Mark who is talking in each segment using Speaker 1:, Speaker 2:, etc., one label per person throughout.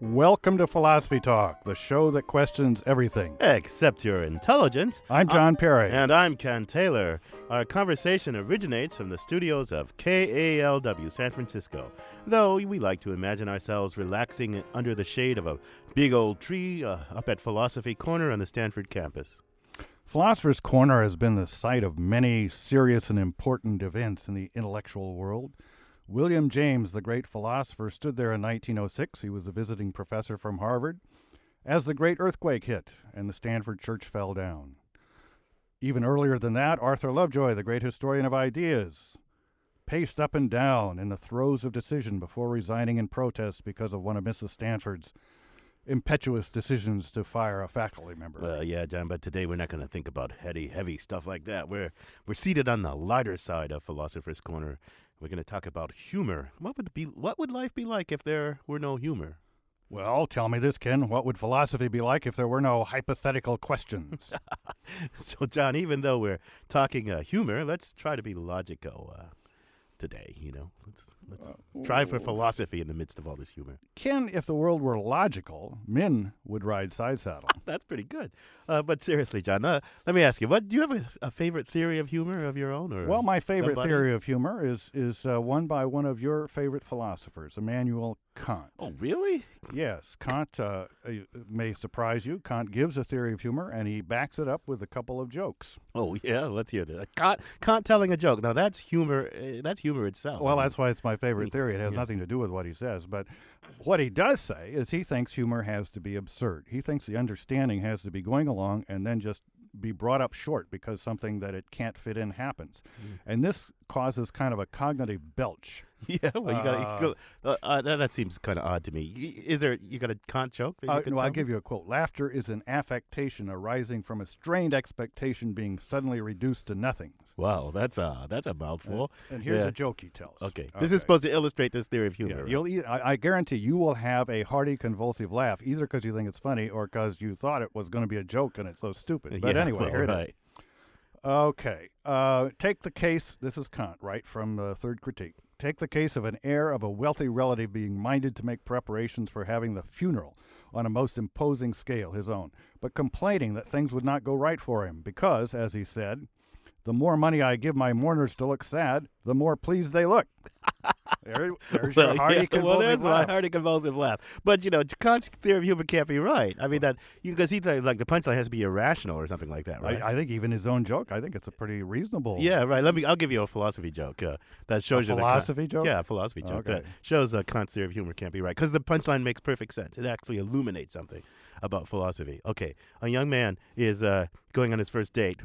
Speaker 1: Welcome to Philosophy Talk, the show that questions everything.
Speaker 2: Except your intelligence.
Speaker 1: I'm John Perry.
Speaker 2: And I'm Ken Taylor. Our conversation originates from the studios of KALW San Francisco, though we like to imagine ourselves relaxing under the shade of a big old tree uh, up at Philosophy Corner on the Stanford campus.
Speaker 1: Philosopher's Corner has been the site of many serious and important events in the intellectual world. William James, the great philosopher, stood there in 1906. He was a visiting professor from Harvard as the great earthquake hit and the Stanford church fell down. Even earlier than that, Arthur Lovejoy, the great historian of ideas, paced up and down in the throes of decision before resigning in protest because of one of Mrs. Stanford's impetuous decisions to fire a faculty member.
Speaker 2: Well, Uh, yeah, John, but today we're not going to think about heady, heavy stuff like that. We're, we're seated on the lighter side of Philosopher's Corner. We're going to talk about humor. What would, be, what would life be like if there were no humor?
Speaker 1: Well, tell me this, Ken. What would philosophy be like if there were no hypothetical questions?
Speaker 2: so, John, even though we're talking uh, humor, let's try to be logical uh, today. You know, let's, let's, let's try for philosophy in the midst of all this humor.
Speaker 1: Ken, if the world were logical, men would ride side saddle.
Speaker 2: That's pretty good. Uh, but seriously, John, uh, let me ask you: What do you have a, a favorite theory of humor of your own? Or
Speaker 1: Well, my favorite
Speaker 2: somebody's?
Speaker 1: theory of humor is is uh, one by one of your favorite philosophers, Immanuel Kant.
Speaker 2: Oh, really?
Speaker 1: Yes, Kant uh, uh, may surprise you. Kant gives a theory of humor, and he backs it up with a couple of jokes.
Speaker 2: Oh, yeah. Let's hear this. Kant, Kant telling a joke. Now that's humor. Uh, that's humor itself.
Speaker 1: Well,
Speaker 2: I mean,
Speaker 1: that's why it's my favorite theory. It has nothing to do with what he says. But what he does say is he thinks humor has to be absurd. He thinks the understanding has to be going along and then just be brought up short because something that it can't fit in happens.
Speaker 2: Mm.
Speaker 1: And this causes kind of a cognitive belch.
Speaker 2: Yeah, well, you
Speaker 1: Ah.
Speaker 2: got to uh, uh, that, that seems kind of odd to me. Y- Is there you got a Kant joke? That you
Speaker 1: Uh,
Speaker 2: could
Speaker 1: no, I'll
Speaker 2: tell me?
Speaker 1: give you a quote. Laughter is an affectation arising from a strained expectation being suddenly reduced to nothing.
Speaker 2: Wow, that's a that's a mouthful.
Speaker 1: And here's
Speaker 2: Yeah.
Speaker 1: a joke he tells.
Speaker 2: Okay, this is
Speaker 1: Okay.
Speaker 2: supposed to illustrate this theory of humor.
Speaker 1: Yeah,
Speaker 2: right?
Speaker 1: you'll. E- I, I guarantee you will have a hearty convulsive laugh, either because you think it's funny or because you thought it was going to be a joke and it's so stupid. But
Speaker 2: Uh, Yeah,
Speaker 1: anyway,
Speaker 2: well,
Speaker 1: here it is.
Speaker 2: right.
Speaker 1: Okay, uh, take the case. This is Kant, right from the Third Critique. Take the case of an heir of a wealthy relative being minded to make preparations for having the funeral on a most imposing scale, his own, but complaining that things would not go right for him because, as he said, the more money I give my mourners to look sad, the more pleased they look. There, there's
Speaker 2: Well,
Speaker 1: your hearty
Speaker 2: yeah, well,
Speaker 1: convulsive
Speaker 2: there's
Speaker 1: laugh.
Speaker 2: my hearty convulsive laugh. But you know, Kant's theory of humor can't be right. I mean, that because he thinks like the punchline has to be irrational or something like that, right?
Speaker 1: I, I think even his own joke. I think it's a pretty reasonable.
Speaker 2: yeah, right. Let me. I'll give you a philosophy joke uh, that shows you the Kant-
Speaker 1: philosophy joke?
Speaker 2: Yeah, a philosophy joke that
Speaker 1: Okay.
Speaker 2: shows uh, Kant's theory of humor can't be right because the punchline makes perfect sense. It actually illuminates something about philosophy. Okay, a young man is uh, going on his first date.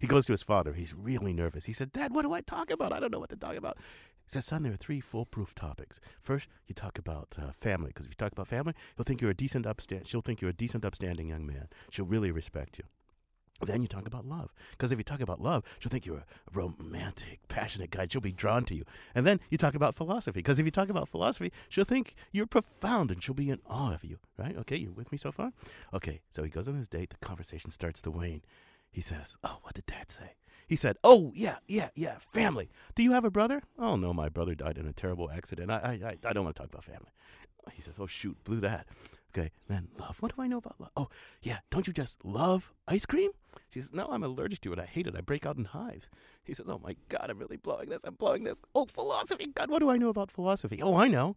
Speaker 2: He goes to his father. He's really nervous. He said, "Dad, what do I talk about? I don't know what to talk about." He says, "Son, there are three foolproof topics. First, you talk about uh, family because if you talk about family, he'll think you're a decent upstand. She'll think you're a decent, upstanding young man. She'll really respect you." Then you talk about love. Because if you talk about love, she'll think you're a romantic, passionate guy. She'll be drawn to you. And then you talk about philosophy. Because if you talk about philosophy, she'll think you're profound and she'll be in awe of you. Right? Okay, you with me so far? Okay, so he goes on his date. The conversation starts to wane. He says, Oh, what did dad say? He said, Oh, yeah, yeah, yeah, family. Do you have a brother? Oh, no, my brother died in a terrible accident. I, I, I, I don't want to talk about family. He says, Oh, shoot, blew that. Okay, then love. What do I know about love? Oh, yeah, don't you just love ice cream? She says, No, I'm allergic to it. I hate it. I break out in hives. He says, Oh my God, I'm really blowing this. I'm blowing this. Oh, philosophy. God, what do I know about philosophy? Oh, I know.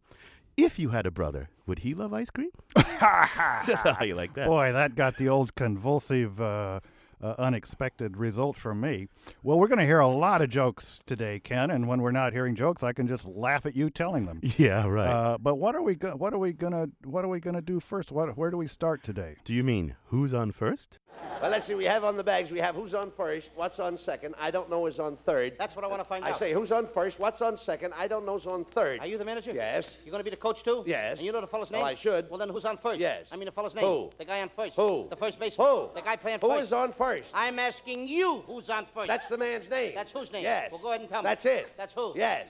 Speaker 2: If you had a brother, would he love ice cream? How you like that?
Speaker 1: Boy, that got the old convulsive, uh, uh, unexpected result from me. Well, we're going to hear a lot of jokes today, Ken, and when we're not hearing jokes, I can just laugh at you telling them.
Speaker 2: yeah, right.
Speaker 1: Uh, but what are we? Go- what are we gonna? What are we gonna do first? What? Where do we start today?
Speaker 2: do you mean who's on first?
Speaker 3: Well, let's see. We have on the bags. We have who's on first, what's on second. I don't know is on third.
Speaker 4: That's what I want to find
Speaker 3: I
Speaker 4: out.
Speaker 3: say who's on first, what's on second. I don't know's on third.
Speaker 4: Are you the manager?
Speaker 3: Yes.
Speaker 4: You going to be the coach too?
Speaker 3: Yes.
Speaker 4: And you know the fellow's
Speaker 3: Well,
Speaker 4: name?
Speaker 3: I should.
Speaker 4: Well, then who's on first?
Speaker 3: Yes.
Speaker 4: I mean the fellow's name.
Speaker 3: Who?
Speaker 4: The guy on first.
Speaker 3: Who?
Speaker 4: The first baseman.
Speaker 3: Who?
Speaker 4: The guy playing
Speaker 3: Who
Speaker 4: first.
Speaker 3: is on first?
Speaker 4: I'm asking you who's on first.
Speaker 3: That's the man's name.
Speaker 4: That's whose name?
Speaker 3: Yes.
Speaker 4: Well, go ahead and tell me.
Speaker 3: That's it.
Speaker 4: That's who?
Speaker 3: Yes.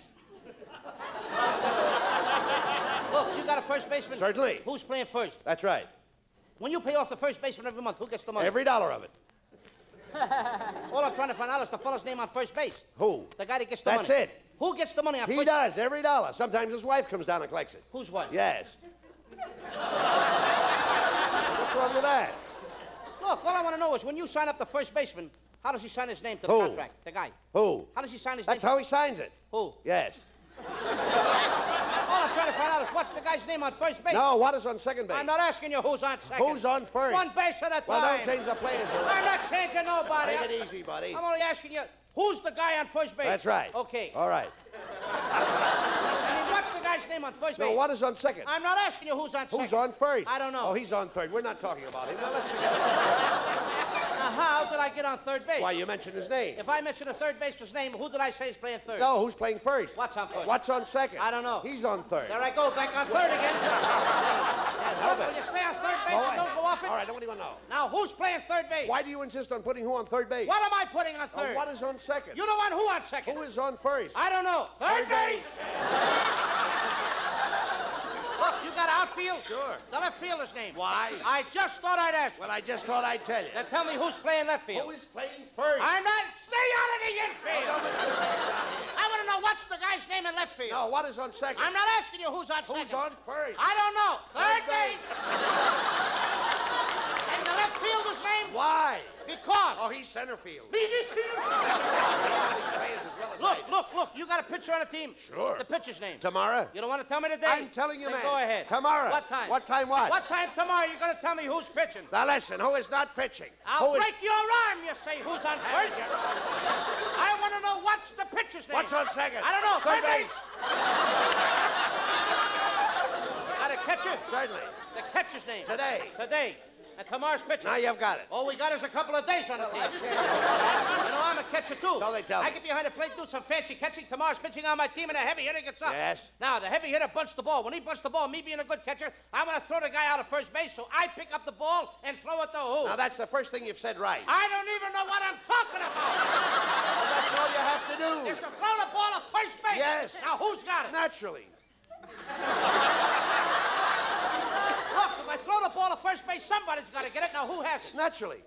Speaker 4: Look, you got a first baseman.
Speaker 3: Certainly.
Speaker 4: Who's playing first?
Speaker 3: That's right.
Speaker 4: When you pay off the first baseman every month, who gets the money?
Speaker 3: Every dollar of it.
Speaker 4: All I'm trying to find out is the fellow's name on first base.
Speaker 3: Who?
Speaker 4: The guy that gets the
Speaker 3: That's
Speaker 4: money.
Speaker 3: it.
Speaker 4: Who gets the money on
Speaker 3: He
Speaker 4: first?
Speaker 3: does every dollar. Sometimes his wife comes down and collects it.
Speaker 4: Who's what?
Speaker 3: Yes. What's wrong with that?
Speaker 4: Look, all I want to know is when you sign up the first baseman, how does he sign his name to the
Speaker 3: Who?
Speaker 4: contract? The guy.
Speaker 3: Who?
Speaker 4: How does he sign his
Speaker 3: That's
Speaker 4: name?
Speaker 3: how he signs it.
Speaker 4: Who?
Speaker 3: Yes.
Speaker 4: All I'm trying to find out is what's the guy's name on first base.
Speaker 3: No, what is on second base?
Speaker 4: I'm not asking you who's on second.
Speaker 3: Who's on first?
Speaker 4: One base at a time.
Speaker 3: Well, don't change the players.
Speaker 4: I'm not changing nobody.
Speaker 3: Take it easy, buddy.
Speaker 4: I'm only asking you, who's the guy on first base?
Speaker 3: That's right.
Speaker 4: Okay.
Speaker 3: All right.
Speaker 4: I mean, what's the guy's name on first
Speaker 3: No,
Speaker 4: base?
Speaker 3: what is on second?
Speaker 4: I'm not asking you who's on second.
Speaker 3: Who's on first?
Speaker 4: I don't know.
Speaker 3: Oh, he's on third. We're not talking about him. Now let's forget about him.
Speaker 4: Now, Uh, how did I get on third base?
Speaker 3: Why you mentioned his name?
Speaker 4: If I mention a third baseman's name, who did I say is playing third?
Speaker 3: No, who's playing first?
Speaker 4: What's on first?
Speaker 3: What's on second?
Speaker 4: I don't know.
Speaker 3: He's on third.
Speaker 4: There I go, back on third again.
Speaker 3: How
Speaker 4: Look,
Speaker 3: about-
Speaker 4: will you stay on third base
Speaker 3: All
Speaker 4: and don't go off it?
Speaker 3: All right, I don't even know.
Speaker 4: Now, who's playing third base?
Speaker 3: Why do you insist on putting who on third base?
Speaker 4: What am I putting on
Speaker 3: Oh,
Speaker 4: third?
Speaker 3: what is on second?
Speaker 4: You don't want who on second?
Speaker 3: Who is on first?
Speaker 4: I don't know. Third,
Speaker 3: Third
Speaker 4: base.
Speaker 3: base.
Speaker 4: Look, you got outfield?
Speaker 3: Sure.
Speaker 4: The left fielder's name.
Speaker 3: Why?
Speaker 4: I just thought I'd ask.
Speaker 3: Well, I just thought I'd tell you.
Speaker 4: Now tell me who's playing left field.
Speaker 3: Who is playing first?
Speaker 4: I'm not. Stay out of the infield.
Speaker 3: Don't mention his names out here.
Speaker 4: I want to know what's the guy's name in left field.
Speaker 3: No, what is on second?
Speaker 4: I'm not asking you who's on
Speaker 3: Who's on
Speaker 4: second.
Speaker 3: first?
Speaker 4: I don't know. Third
Speaker 3: Third
Speaker 4: base.
Speaker 3: base.
Speaker 4: and the left fielder's name?
Speaker 3: Why?
Speaker 4: Because.
Speaker 3: Oh, he's center field.
Speaker 4: Me, this fielder-
Speaker 3: All these players as well as I
Speaker 4: Look,
Speaker 3: do.
Speaker 4: look, look. You got a pitcher on the team.
Speaker 3: Sure.
Speaker 4: The pitcher's name.
Speaker 3: Tomorrow?
Speaker 4: You don't want to tell me today?
Speaker 3: I'm telling you,
Speaker 4: then
Speaker 3: man.
Speaker 4: Go ahead.
Speaker 3: Tomorrow.
Speaker 4: What time?
Speaker 3: What time what?
Speaker 4: What time tomorrow you're going to tell me who's pitching?
Speaker 3: Now listen, who is not pitching?
Speaker 4: I'll
Speaker 3: Who is-
Speaker 4: break your arm, you say. Who's on first? I want to know what's the pitcher's name.
Speaker 3: What's on second?
Speaker 4: I don't know.
Speaker 3: Third
Speaker 4: Third
Speaker 3: base.
Speaker 4: Got a catcher?
Speaker 3: Certainly.
Speaker 4: The catcher's name.
Speaker 3: Today.
Speaker 4: Today. And tomorrow's pitcher.
Speaker 3: Now you've got it.
Speaker 4: All we got is a couple of days on the team. you know, I'm a catcher too.
Speaker 3: So they tell
Speaker 4: I
Speaker 3: me.
Speaker 4: get behind the plate, do some fancy catching. Tomorrow's pitching on my team, and a heavy hitter gets up.
Speaker 3: Yes.
Speaker 4: Now, the heavy hitter bunts the ball. When he bunts the ball, me being a good catcher, I want to throw the guy out of first base, so I pick up the ball and throw it to who?
Speaker 3: Now that's the first thing you've said right.
Speaker 4: I don't even know what I'm talking about.
Speaker 3: Well, that's all you have to
Speaker 4: It's
Speaker 3: do.
Speaker 4: to throw the ball at first base.
Speaker 3: Yes.
Speaker 4: Now, who's got it?
Speaker 3: Naturally.
Speaker 4: Look, if I throw the ball at first base, somebody's got to get it. Now, who has it?
Speaker 3: Naturally.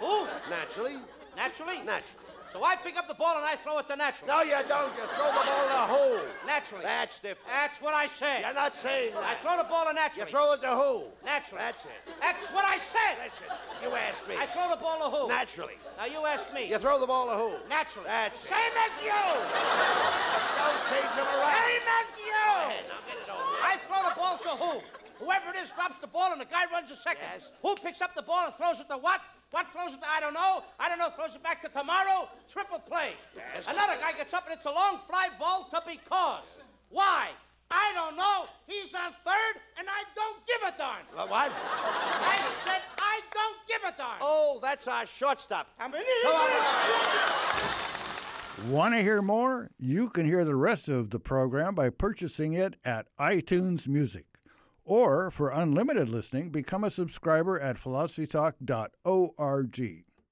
Speaker 4: Who?
Speaker 3: Naturally.
Speaker 4: Naturally.
Speaker 3: Naturally.
Speaker 4: So I pick up the ball and I throw it to Naturally.
Speaker 3: No, you don't. You throw the ball in a hole.
Speaker 4: Naturally.
Speaker 3: That's different.
Speaker 4: That's what I said.
Speaker 3: You're not saying
Speaker 4: I
Speaker 3: that.
Speaker 4: throw the ball to Naturally.
Speaker 3: You throw it to who?
Speaker 4: Naturally.
Speaker 3: That's it.
Speaker 4: That's what I said.
Speaker 3: Listen, you asked me.
Speaker 4: I throw the ball to who?
Speaker 3: Naturally.
Speaker 4: now you ask me.
Speaker 3: You throw the ball to who?
Speaker 4: Naturally.
Speaker 3: That's it.
Speaker 4: Same as you.
Speaker 3: Don't change them around.
Speaker 4: Same as you.
Speaker 3: Now get it over. with.
Speaker 4: I throw the ball to who? Whoever it is drops the ball and the guy runs a second.
Speaker 3: Yes.
Speaker 4: Who picks up the ball and throws it to what? What throws it to I don't know. I don't know. Throws it back to tomorrow. Triple play.
Speaker 3: Yes.
Speaker 4: Another guy gets up and it's a long fly ball to be cause. Why? I don't know. He's on third and I don't give a darn.
Speaker 3: Well, What?
Speaker 4: I said I don't give a darn.
Speaker 3: Oh, that's our shortstop.
Speaker 4: I'm an
Speaker 3: Come on.
Speaker 1: Want to hear more? You can hear the rest of the program by purchasing it at iTunes Music. Or for unlimited listening, become a subscriber at philosophytalk.org.